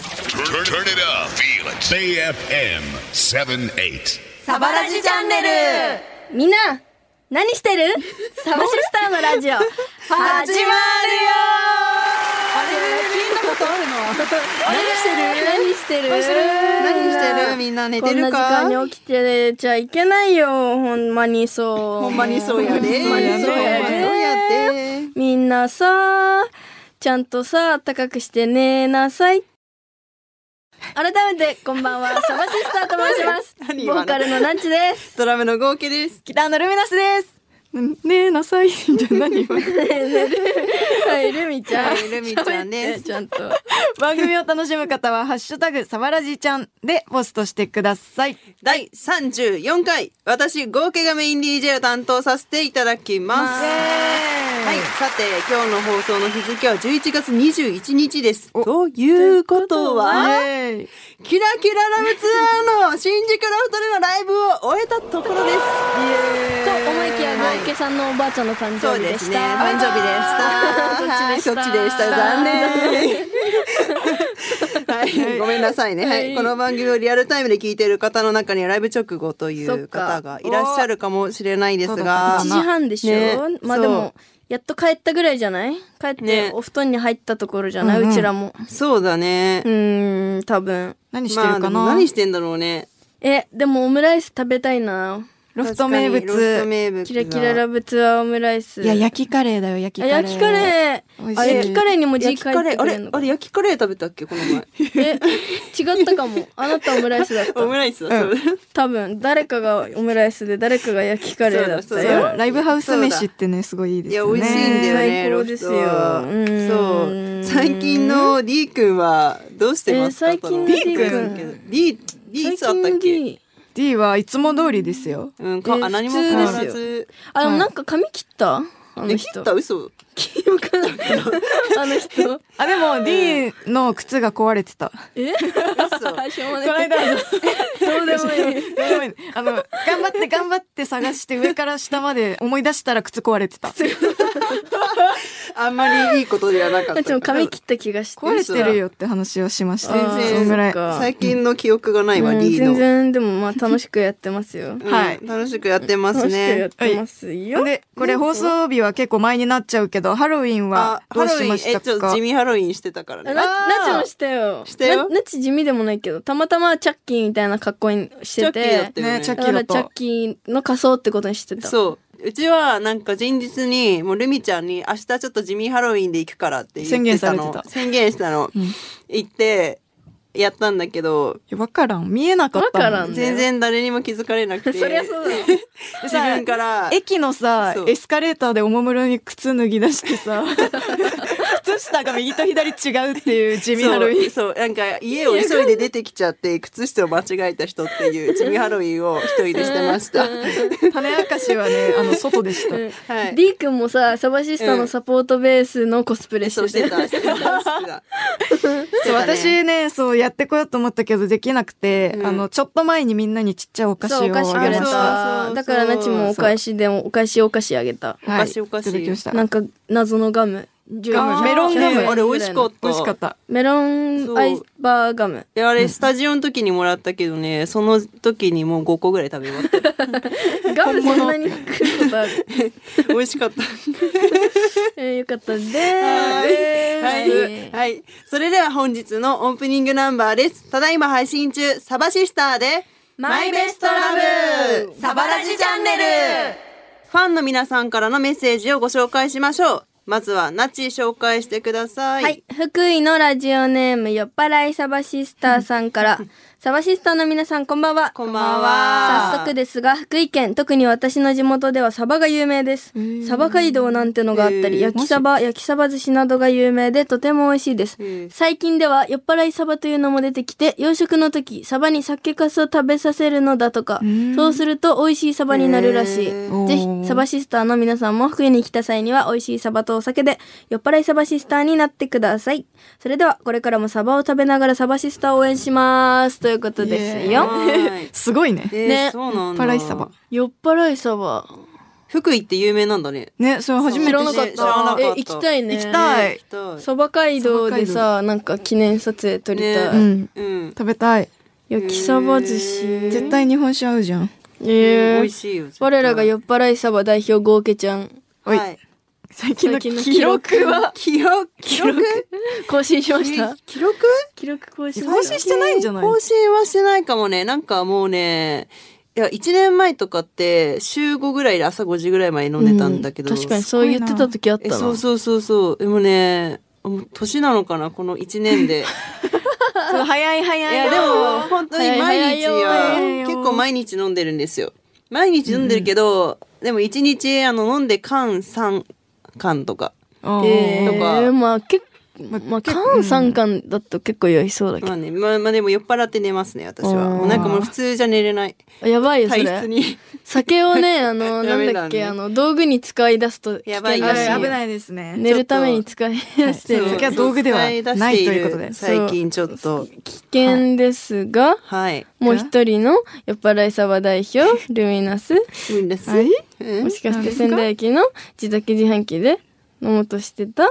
Turn, turn it up. Feel it. BFM 78. サバラジチャンネルみんな何してるサバシスターのラジオ始まるよあれ聞いたことあるの 何してる何してる何してるみんな寝てるかこんな時間に起きてちゃいけないよほんまにそうほんまにそうやでほんまにそうやほんまそうやででみんなさちゃんとさ高くして寝なさい改めてこんばんはサバシスターと申します何今ボのーカルのナンチですドラムの合計ですギターのルミナスですねえなさいじゃあ何今はい、ルミちゃん。はいルミちゃん喋っですてちゃんと。 番組を楽しむ方はハッシュタグサバラジちゃんでポストしてください第34回私合計がメイン DJ を担当させていただきます、ははい、さて今日の放送の日付は11月21日ですおということイはエーイキラキララブツアーの新宿ロフトでのライブを終えたところですと思いきや、はいゴーケさんのおばあちゃんの誕そう生日ででしすた。ね誕生日でしたはいそそっっちちででししたた残念はい、ごめんなさいね、はいはいこの番組をリアルタイムで聞いている方の中にはライブ直後といそっうか方がいらっしゃるかもしれないですそうだがっ1た時半でしょ、ねまあそでうも、やっと帰ったぐらいじゃない帰ってねお布団に入ったところじゃない、うちらも。そうだねうーん、多分。何してるかな、まあ、でも何してんだろうねえ、でもオムライス食べたいな。ロフト名確かにロフト物名物キラキララブツアーオムライス。いや焼きカレーだよ焼きあカレ焼ーきカレ美味ー。しいあ、焼きカレーにも字書い焼てきカレくーあれるれのかあれ焼きカレー食べたっけこの前え、違ったかも。あなたオムライスだっ た。オムライスだそうだ多分誰かがオムライスで誰かが焼きカレーだったそうよ。だそうライブハウス飯ってねすごいいいでいすやよ美ね味しいんだよね最ロ高フですトよはうんそう最近の D 君はどうしてますかえー最近の D 君 D D いつあったっ最近けの D D はいつも通りですようんかえーあ何も変わら普通ずあでもなんか髪切った？あのえ人。切った嘘切ったわかんない あの 人。あでも D の靴が壊れてたえ？嘘あしょうもこない。間 どうでもいい。 あの頑張って頑張って探して上から下まで思い出したら靴壊れてたあんまりいいことではなかあっっちもた髪切った気がして。壊れてるよって話をしましたあーそんぐらいそっか最近の記憶がないわうん D 全の然でもまあ楽しくやってますよ。うんはい楽しくやってます楽しくやねってますよ。でこれ放送日は結構前になっちゃうけどハロウィンはあどハロウうしィンまえしたちょっとか地味ハロウィンしてたからなねなちもしたよ。したよななち地味でもないけど、たまたまチャッキーみたいな格好にしてチャッキーだてっ、たよねねチャッだからチャッキーの仮装ってことにしてた。そう。うちはなんか前日にもうルミちゃんに明日ちょっと地味ハロウィンで行くからって言ってたの宣言されてた宣言したの、行ってやったんだけどいやわからん見えなかったもわからんね全然誰にも気づかれな くてそりゃそうだよ。で自さ分から駅のさそうエスカレーターでおもむろに靴脱ぎ出してさ靴下が右と左違うっていう地味ハロウィそうンそうなんか家を急いで出てきちゃって靴下を間違えた人っていう地味ハロウィンを一人でしてました。種明かしはねあの外でしたはい D 君もさサバシスタのサポートベースのコスプレしそうしてててたしてたしてた。そうね私ねそうやってこようと思ったけどできなくて、うんあのちょっと前にみんなにちっちゃいお菓 子そうおをあ菓子げくれましそうそうそた。たうだからなちもお返しでもお返しお菓子あげたはおい菓子お菓子いただきましたなんか謎のガムガムメロンガムあれ美味しかっ美た。味しかった。メロンアイバーガムであれスタジオの時にもらったけどね、その時にもう5個ぐらい食べ終わった。ガムそんなに食うことある 美味しかった。えーよかったではいーはい、はい、それでは本日のオープニングナンバーです。ただいま配信中、サバシスターで、マイベストラブサバラジチャンネルファンの皆さんからのメッセージをご紹介しましょう。まずは、ナッチ紹介してください。はい、福井のラジオネーム酔っ払いサバシスターさんからサバシスターの皆さんこんばんはこんばんは早速ですが福井県特に私の地元ではサバが有名ですサバ街道なんてのがあったりへー焼きサバ焼きサバ寿司などが有名でとても美味しいですへー最近では酔っ払いサバというのも出てきて養殖の時サバに酒粕を食べさせるのだとかそうすると美味しいサバになるらしいへーぜひサバシスターの皆さんも福井に来た際には美味しいサバとお酒で酔っ払いサバシスターになってください。それではこれからもサバを食べながらサバシスターを応援しますということですよ。はいすごいね。えーねそうなんだ。パライサバ。酔っ払いサバ。福井って有名なんだね。ね、それ初め知てらなかっ知らなかったたえ行きたいね行きたい行きたいそば街道でさなんか記念撮影撮りたうい、ん。うん。食べたい。焼きそば寿司絶対日本酒合うじゃん。え美え味しいよ。絶対我らが酔っ払いサバ代表ゴーケちゃんはいはい。最近の最近の記録は。記録記録 更新しまし記た録記録記録更新更新してないんじゃない更新はしてないかもね。なんかもうね、いや、1年前とかって、週5ぐらいで朝5時ぐらいまで飲んでたんだけど。う確かにそう言ってた時あったえ、なそうそうそうそう。でもね、もう年なのかなこの1年で。そう早いい早い。やでも本当に毎日早はいよ結構毎日飲んでるんですよ毎日飲んでるけど、でも一日あの飲んで缶3缶とかうん、えとかー、まあ結ままあ缶三缶だと結構酔いそうだけまあねまあ、まあでも酔っ払って寝ますね私はあーもうなんかもう普通じゃ寝れないどやばいよそ体れ質に酒をねあダのなメだねんだっけあの道具に使い出すと危険やばい危よらしないよ危ないですね。寝るために使い出してそうる酒は道具ではないということでそう最近ちょっと危険ですが、はいもう一人の酔っ払いサバ代表ルミナス無理です、はいうんもしかして仙台駅の自宅自販機で飲もうとしてたっ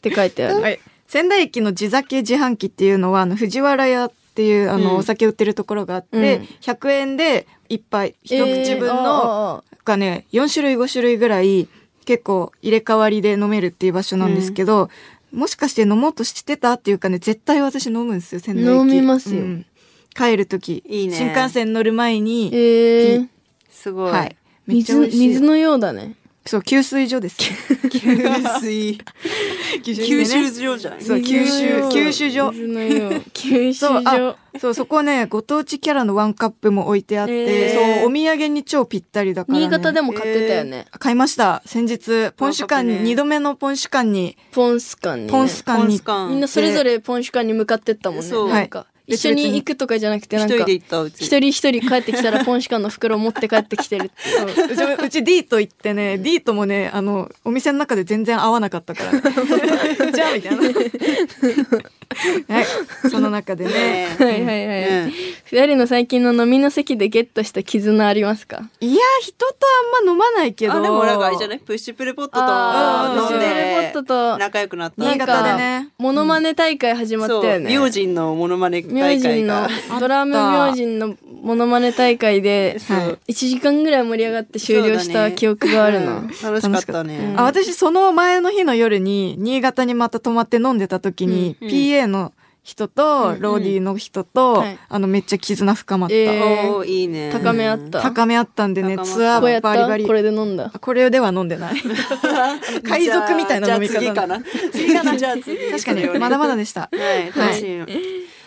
て書いてある。はい、仙台駅の地酒自販機っていうのはあの藤原屋っていうあの、うんお酒売ってるところがあって、うん100円で一杯 一口分の、の、がね4種類5種類ぐらい結構入れ替わりで飲めるっていう場所なんですけど、もしかして飲もうとしてたっていうかね絶対私飲むんですよ仙台駅飲みますよん帰る時いいね新幹線乗る前えに、ーえーすごい、はい、めっちゃ水美味しい水のようだね。そう給水所です 吸水給吸所ね収上じゃないそう吸収吸収所水のよう 吸収そうあ所。そうそこねご当地キャラのワンカップも置いてあって、えーそうお土産に超ぴったりだから、ね、新潟でも買ってたよね。買いました先日ポン酒館ワンカップにね2度目のポン酒館にポンス館に、ね。ポンスコ館ンにスカンみんなそれぞれポンス館に向かってったもんね。そうなんか一緒に行くとかじゃなくて一なんか人で行ったうち一人一人帰ってきたらポンシカの袋を持って帰ってきてるって いう。うちもうち D と行ってね D ともねあのお店の中で全然合わなかったからねじゃあみたいなはいその中でねねはいはいはい。二人の最近の飲みの席でゲットした絆ありますかいや人とあんま飲まないけどあでもなんかあれじゃないプッシュプルポットあーと飲んプッシュプでルポットと仲良くなった新潟でねモノマネ大会始まっそうたよね。明神のモノマネ明大神会のがドラム明神のモノマネ大会でそうは1い時間ぐらい盛り上がって終了した記憶があるな。うん楽しかったねあ私その前の日の夜に新潟にまた泊まって飲んでた時に、うん PA の人と、うんローディーの人と、はいあのめっちゃ絆深まった、えーおーいいね高め あった高めあったんで高ねまったツアこうやーったバリバリこれで飲んだ。これでは飲んでない海賊みたいな飲み方じゃあじゃあ次かな次かなじゃあ次確かにまだまだでしたはい楽しいの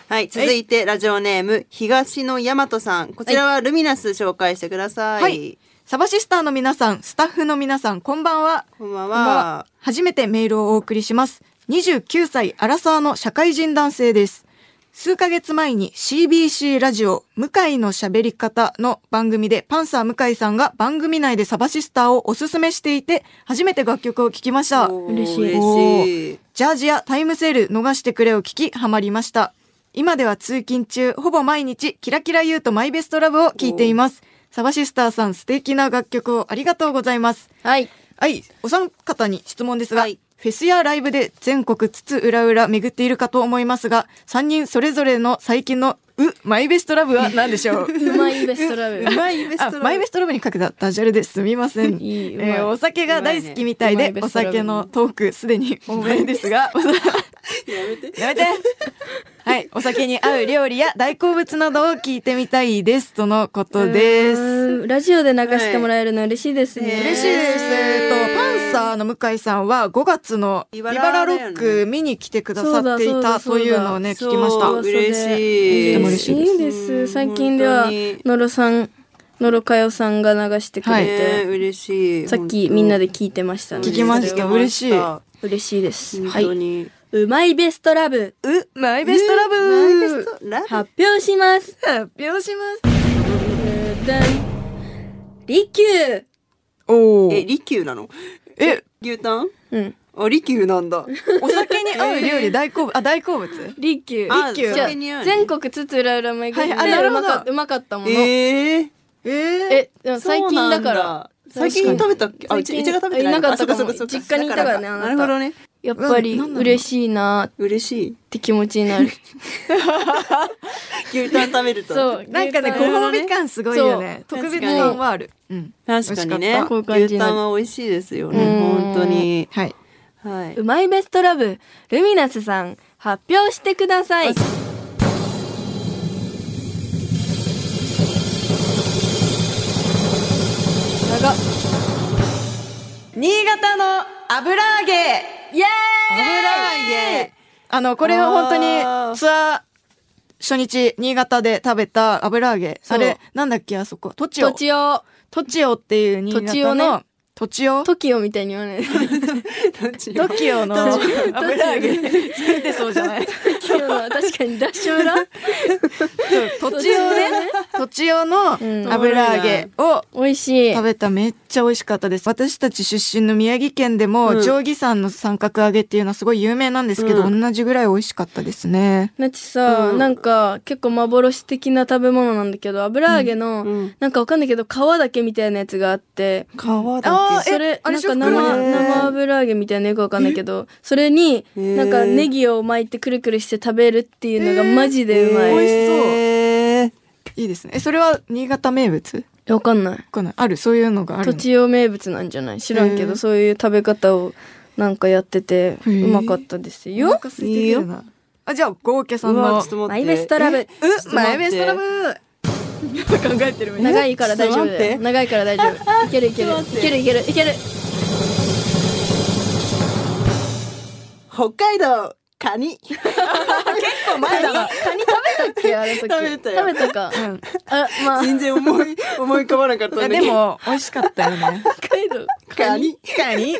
はい続いてラジオネーム東野大和さんこちらはルミナス紹介してくださいはいサバシスターの皆さんスタッフの皆さんこんばんはこんばんこんばんはは。初めてメールをお送りします。29歳、アラサーの社会人男性です。数ヶ月前に CBC ラジオ、向井の喋り方の番組でパンサー向井さんが番組内でサバシスターをおすすめしていて、初めて楽曲を聴きました。おー嬉しい嬉しいジャージやタイムセール逃してくれを聞き、ハマりました。今では通勤中、ほぼ毎日、キラキラユーとマイベストラブを聴いています。サバシスターさん素敵な楽曲をありがとうございます。はい。はい、お三方に質問ですが、はいフェスやライブで全国津々浦々巡っているかと思いますが、三人それぞれの最近のうマイベストラブは何でしょう。うまいベスト ラブ。マイベスあトラマイベストラブにかけたダジャレですみません。いいうまいえーお酒が大好きみたいうまでい、ねお酒のトークすでに多めですが、 ややめてめて。はい、お酒に合う料理や大好物などを聞いてみたいですとのことです。うーんラジオで流してもらえるの嬉しいですね。はい嬉しいです。えっと、パンサーの向井さんは5月のイリババララロック見に来来てくださっていそたとうだそうだそうだいうのをね、聞きましそうた。嬉しいとても嬉しいです。最近で本は当に、のろさん、のろかよさんが流してくれはいねて、嬉しいさっきみんなでで聞いてましたね。聞きました嬉しい本嬉しいです。は当い。にうまいベストラブ、う、マイベストラマイベブストラブ発表します。発表します。利休おお。ええ、利休なの牛タンうん。あ利休なん だお酒に合う料理大好物、あ、大好物利休。あ利休じゃあ酒に合うね全国津々浦々巡って、はいあなるほどうまかうまかったもの。えーえー、え、でも最近だから。そう最近食べたっけあ、うち、最う近ちが食べてないいなかったかもあそうそうそう実家にいたからねだあななたるほどね。やっぱりうんなんなの嬉しいなっ嬉しい。て気持ちにな る牛タン食べると。 そうなんかね、牛ごタン褒美感すごいよね。そう特別感はある。うん。確かに美味しねかったこういう。感じ牛になるタンは美味しいですよね。うん。本当に。はい。はいうまいベストラブルミナスさん発表してください長っ新潟の油揚げイエ油揚げ。あの、これは本当あーにツアー初日、新潟で食べた油揚げ。そうあれ、なんだっけ、あそこ。トチーオと。ちおトチオっていう新栃尾潟ねの、トチオ。トキオみたいに言わ ないどっちトキオの栃尾油揚げ作って そうじゃないトキオの確かにダッシュ裏トチオね。トチオのん油揚げを美味しい食べためっちゃ美味しかったです私たち出身の宮城県でも、うん定規山の三角揚げっていうのはすごい有名なんですけど、う同じぐらい美味しかったですねなちさ、うんなんか結構幻的な食べ物なんだけど油揚げの、うんなんかわかんないけど皮だけみたいなやつがあって皮だあーえそれあなれんかショッ生クだね生油揚げみたいなのよくわかんないけどそれにへーなんかネギを巻いてくるくるして食べるっていうのがマジでうまへいーいしいいですねえそれは新潟名物やわかんないこのあるそういうのがある土の地用名物なんじゃない知らんけへどーそういう食べ方をなんかやっててうーまかったですおよ腹空いてくるなあじゃあ豪家さそんう。うわのちょっとマ待っイて。ベストラブえちょっと待ってうマイベストラブ考えてる長いから大丈夫ちょっと待だっよて長いから大丈夫いけるいけるちょっと待いってけるいけるいける北海道カニ。結構前だな。カニ食べたっけあの時食べたよ食べたか、あまあ 全然思い思い浮かばなかったんいだやけでど。も美味しかったよね北海道カニ。カニ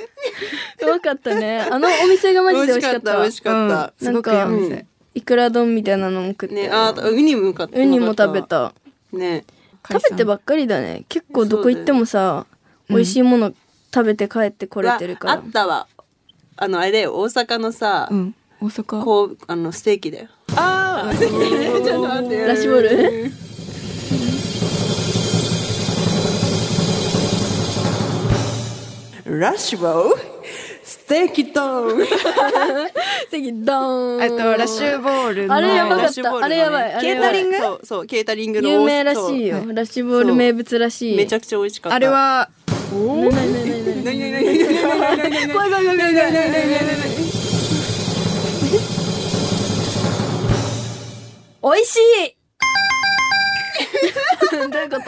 うまかったねあのお店がマジで美味しかった美わ味しかった。すごくいいおな店んいくら丼みたいなのも食って、ね、あー、ウニも買ってウニも食べ。たね。食べてばっっかりだね結構どこ行ってもさ、美味しいもの食べて帰ってこれてるから、ああったわ。あの、あれだよ、大阪のさ、うん大阪こう、あの、ステーキだよ。あ ちょっと待って。ラッシュボールラッシュボールステーキト ーン 次ドーンえっとラッシュボールのあれやばかラっッシュボールのねあれやばいあれケやーばタいリングそうそうケータリングの有名らしいそうよラッシュボール名物らしいめちゃくちゃ美味しかったあれはなになになになに何何何何何何何何怖い怖い怖い怖い怖い美味しいどういうこと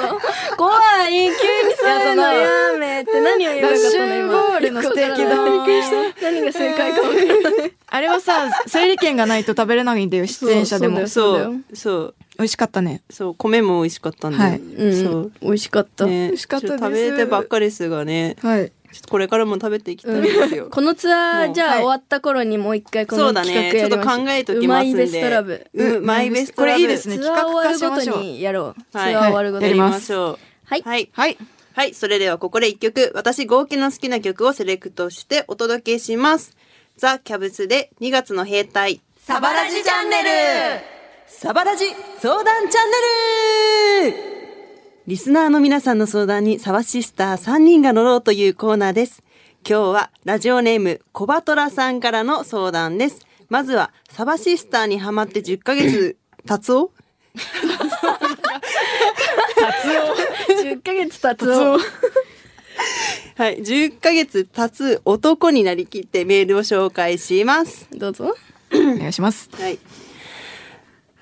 怖い急にそういうのやめって何を言うのかと思いまラッシュボールのステーキ丼何が正解か分からないあれはさ、整理券がないと食べれないんだよ、出演者でも。そうそそうだようそう美味しかったね。そう米も美味しかったんはいで、うんそう美味しかった、ね美味しかったですちょと食べてばっかりですがねはい。ちょっとこれからも食べていきたいですよ、このツもアーうじゃあはい終わった頃にもう一回こそのうだ企画ねちやょっとりましょう考えときますんでうまいベストラブうマイベストこラれブいいですね。ツ企アー画終わ化るしごましょとう。にやろうツアはーい終わるごとやにりやましょうはいはいはい。はい、それではここで一曲、私、合計の好きな曲をセレクトしてお届けします。ザ・キャブスで2月の兵隊。サバラジチャンネルサバラジ相談チャンネルリスナーの皆さんの相談にサバシスター3人が乗ろうというコーナーです。今日はラジオネームコバトラさんからの相談です。まずはサバシスターにハマって10ヶ月経つお10ヶ月経つのはい、10ヶ月経つ男になりきってメールを紹介します。どうぞお願いします。はい。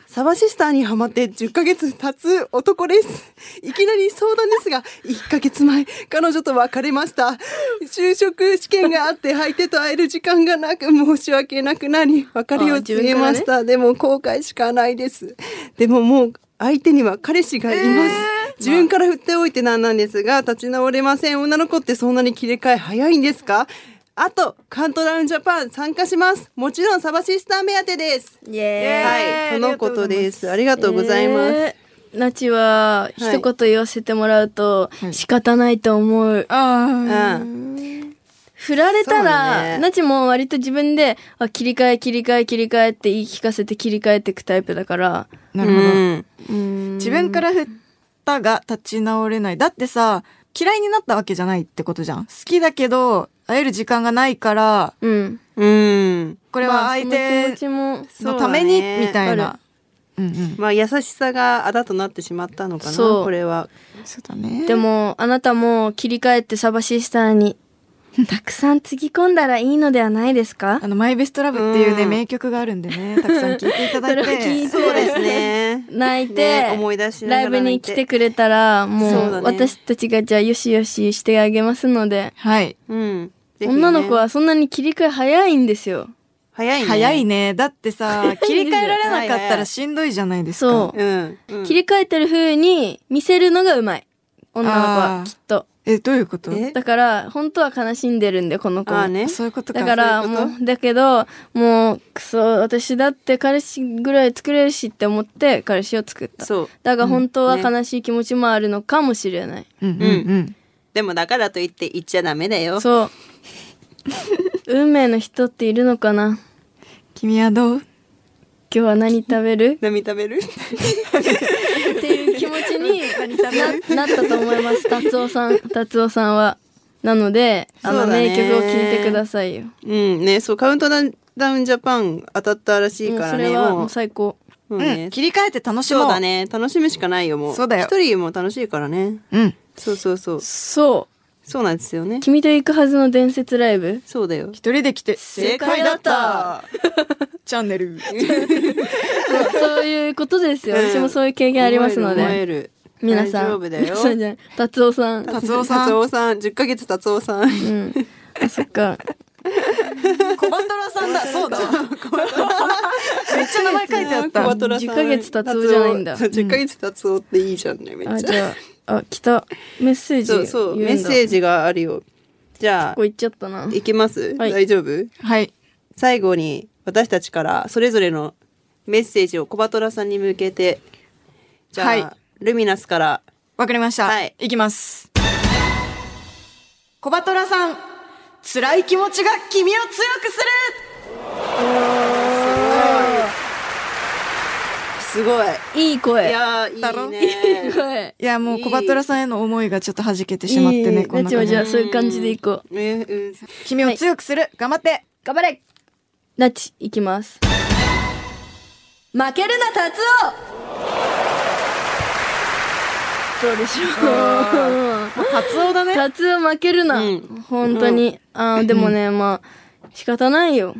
サバシスターにハマって10ヶ月経つ男です。いきなり相談ですが、1ヶ月前、彼女と別れました。就職試験があって、相手と会える時間がなく、申し訳なくなり、別れを告げました。でも後悔しかないです。でももう、相手には彼氏がいます。自分から振っておいてなんなんですが、立ち直れません。女の子ってそんなに切り替え早いんですかあと、カントダウンジャパン参加します。もちろんサバシスター目当てです。イエーイはい、そのことです。ありがとうございます。えーなちははい一言言わせてもらうと、い仕方ないと思う。ああ。振られたそうら、ねなちも割と自分で、あ切り替え、切り替え、切り替えって言い聞かせて切り替えていくタイプだから、なるほど。うん自分から振ったが立ち直れない。だってさ、嫌いになったわけじゃないってことじゃん。好きだけど、会える時間がないから、うんうん。これはまあそ相の手気持ちものために、そうだねみたいあるな。うんうん。まあ優しさがあだとなってしまったのかなそうこれはそうだね。でもあなたも切り替えてサバシスタ ーにたくさんつぎ込んだらいいのではないですか あの、マイベストラブっていうね、うん名曲があるんでね、たくさん聴いていただいて。それを聞いてそうですね泣いて、ね思い出しながライらブ泣いにて来てくれたらそもうだねう私たちがじゃあよしよししてあげますので、はい。うんぜひね女の子はそんなに切り替え早いんですよ早いね早いね。だってさ、切り替えられなかっ早たいねらしんどいじゃないですか。そううん、うん切り替えてる風に見せるのがうまい女の子はあーきっとえ、どういうことえだから本当は悲しんでるんでこの子もああねそういうことか。だからそういうこともうだけどもうクソ私だって彼氏ぐらい作れるしって思って彼氏を作ったそうだが本当はね悲しい気持ちもあるのかもしれない、うんうんうん。でもだからといって言っちゃダメだよそう運命の人っているのかな君はどう今日は何食べる何食べる っていう気持ちにななったと思います達夫さん達夫さんはなのであそのうだね名曲を聴いてくださいようんねそうカウントダウンダウンジャパン当たったらしいもうからそねれはももうう最高もううねん。切り替えて楽しもう。そうだ。ね楽しむしかないよもうそうだよ一人も楽しいからねうん。そうそうそうそそうなんですよねう君と行くはずの伝説ライブそうだよ一人で来て正解だったチャンネルそうそういうことですよ。うん私もそういう経験ありますの思えで、る思える皆さん、大丈夫だ よ皆さんじゃない達夫さん。達夫さん達夫さん10ヶ月達夫さんうん。あ、そっか。コバトラさんだそうだめっちゃ名前書いてあっコたバトラさん10ヶ月達夫じゃないんだ達夫10ヶ月達夫っていいじゃんねめっあ、ちじゃゃ あ、あ、来た。メッセージそうそう言メうッんだセージがあるよじゃこあこ行っちゃったな。いきますはい大丈夫はい最後に私たちからそれぞれのメッセージをコバトラさんに向けてじゃあ、はいルミナスからわかりました、はいいきますコバトラさん辛い気持ちが君を強くするすごいいい声。いやーだろいいいいね声。いやもういいコバトラさんへの思いがちょっと弾けてしまってねいいこんなじゃ感あじじゃあ、そういう感じで行こう。 えうん君を強くする、頑張って頑張れナチ、行きます。負けるな、達夫どうでしょうカツオだねタツー負けるな、うん本当に、あーでもねまあ仕方ないよ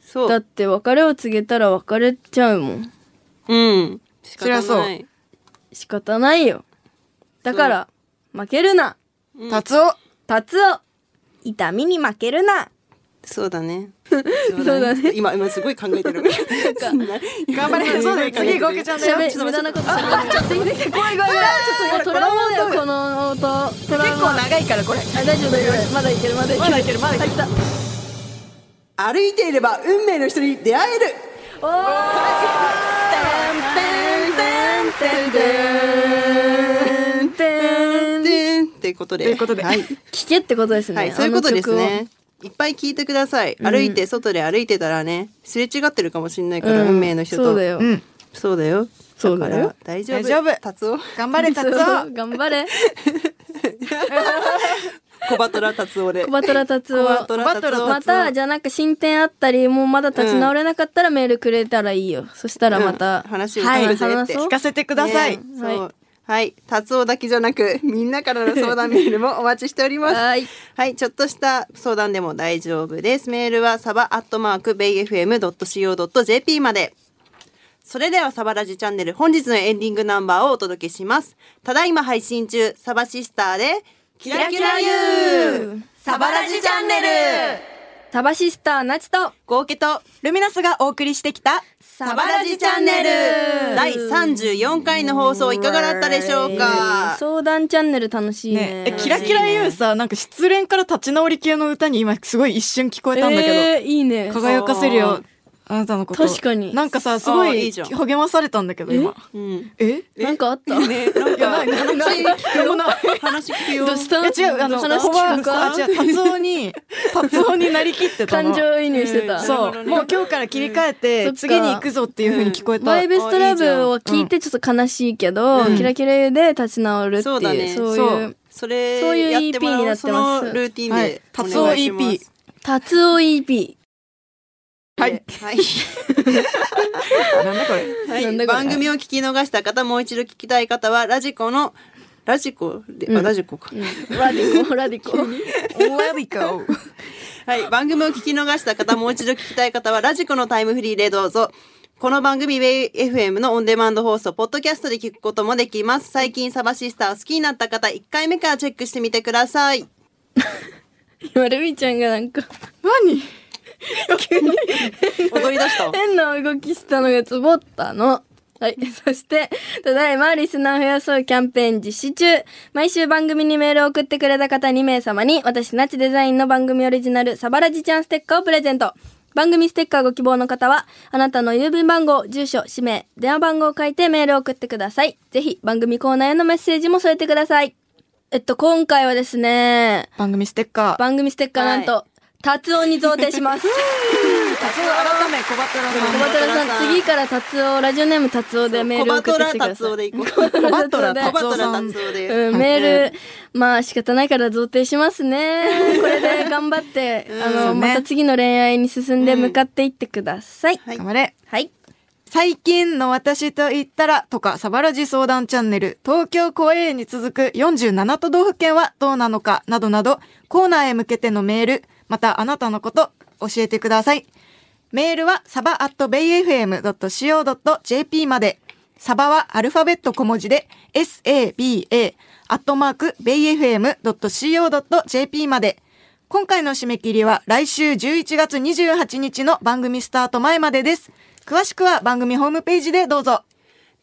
そうだって別れを告げたら別れちゃうもんうん仕そりゃ方そうない仕方ないよだから負けるなカツオタツオ痛みに負けるなそうだねそうだね今今すごい考えて るそんな頑張れそうだよ次合格ちゃんだしゃよべちょっと待って無駄なことしゃべるちょっと待って怖い怖い怖いもうトラウマだよこの音トラウマ長いからこれあ大丈夫大丈夫まだいけるまだいけるいけるまだいけるあ来た歩いていれば運命の人に出会えるおーてんてんてんてんてんてんてんでーんってことでということで、はい、聞けってことですね、はい、そういうことですあの曲ねいっぱい聞いてください歩いて外で歩いてたらねすれ違ってるかもしれないから、を運命の人とそうだよ、うんそうだよそうだよから大丈夫大丈夫達夫頑張れカツオそう頑張れ小バトラ達夫でコバトラ達夫コバトラ達夫またじゃあなんか進展あったりもうまだ立ち直れなかったらメールくれたらいいよ、そしたらまた、うん話をはい聞かせて話そう聞かせてください、ねはいそうはい達夫だけじゃなく みんなからの相談メールもお待ちしておりますはいはい、ちょっとした相談でも大丈夫です。メールはサバアットマークベイ FM.co.jp まで。それではサバラジチャンネル本日のエンディングナンバーをお届けします。ただいま配信中、サバシスターで、キラキラ YOU! サバラジチャンネルタバシスターナチと合計とルミナスがお送りしてきたサバラジチャンネル第34回の放送いかがだったでしょうか相談チャンネル楽しいねねえキラキラ言うさなんか失恋から立ち直り系の歌に今すごい一瞬聞こえたんだけど、えーいいね輝かせるよあなたのこと確かになんかさすごあーいいいじゃん励まされたんだけど今うん。えいなんかあった、なんやないかないないでもない話聞くよどうしたいや違うあの話聞くかあ違う達夫に達夫になりきってたの感情移入してた、そなるほどうねもう今日から切り替うえんそてっか次に行くぞっていう風に聞こえたマイベストラブをあいいじゃん聞いてちょっと悲しいけど、うんキラキラで立ち直るっていう、そうだねそうそいううそれそういうやってもら EP になってますそのルーティンはでいお願いします、達夫 EP 達夫 EP はい、なんだこれ。 はいなんだこれ番組を聞き逃した方もう一度聞きたい方はラジコのラジコで、あうんラジコか、ラディコラディコ ラビカを。はい、番組を聞き逃した方、もう一度聞きたい方は、ラジコのタイムフリーでどうぞ。この番組、ベイ FM のオンデマンド放送、ポッドキャストで聞くこともできます。最近、サバシスターを好きになった方、1回目からチェックしてみてください。今ルミちゃんがなんか何 踊り出した。変な動きしたのがツボったの。はい。 そして、ただいまリスナー増やそうキャンペーン実施中。毎週番組にメールを送ってくれた方2名様に、私、ナチデザインの番組オリジナル、サバラジちゃんステッカーをプレゼント。番組ステッカーご希望の方は、あなたの郵便番号、住所、氏名、電話番号を書いてメールを送ってください。ぜひ、番組コーナーへのメッセージも添えてください。えっと、今回はですね、番組ステッカー。番組ステッカーなんと、達夫に贈呈します。達夫改め小バトラ小バトラさん次から達夫ラジオネーム達夫でメールを送ってきてくだそう小バトラ達夫でさい行こう。小バトラ小バトラ達達夫で。うん、メール、まあ仕方ないから贈呈します ね。これで頑張って、あその、うねまた次の恋愛に進んで向かっていってください。はい頑張れ。はい。最近の私と言ったらとかサバラジ相談チャンネル東京公演に続く47都道府県はどうなのかなどなどコーナーへ向けてのメールまたあなたのこと教えてくださいメールはサバ at bayfm.co.jp までサバはアルファベット小文字で saba アットマーク bayfm.co.jp まで今回の締め切りは来週11月28日の番組スタート前までです。詳しくは番組ホームページでどうぞ。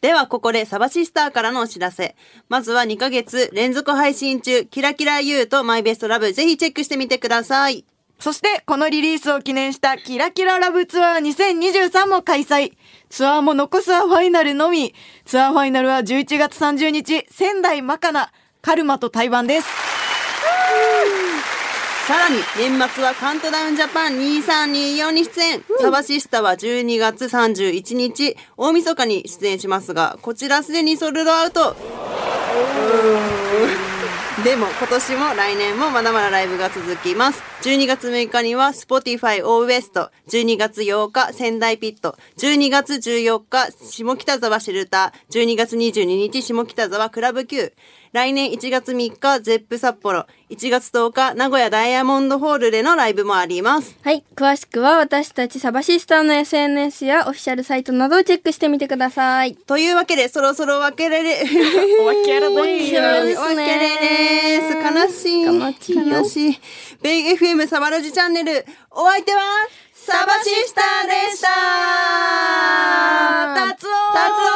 ではここでサバシスターからのお知らせ。まずは2ヶ月連続配信中、キラキラ U とマイベストラブ、ぜひチェックしてみてください。そして、このリリースを記念したキラキララブツアー2023も開催。ツアーも残すはファイナルのみ。ツアーファイナルは11月30日、仙台マカナ、カルマと台湾です。さらに年末はカウントダウンジャパン2324に出演、サバシスタは12月31日大晦日に出演しますがこちらすでにソールドアウトでも今年も来年もまだまだライブが続きます12月6日には Spotify オーウエスト12月8日仙台ピット12月14日下北沢シェルター12月22日下北沢クラブ Q 来年1月3日ゼップ札幌1月10日名古屋ダイヤモンドホールでのライブもありますはい。詳しくは私たちサバシスターの SNS やオフィシャルサイトなどをチェックしてみてください。というわけでそろそろお別れで お別れお別れですねお別れです悲しい悲しいよ悲しいベイ FM サバラジチャンネルお相手はサバシスターでした達達夫夫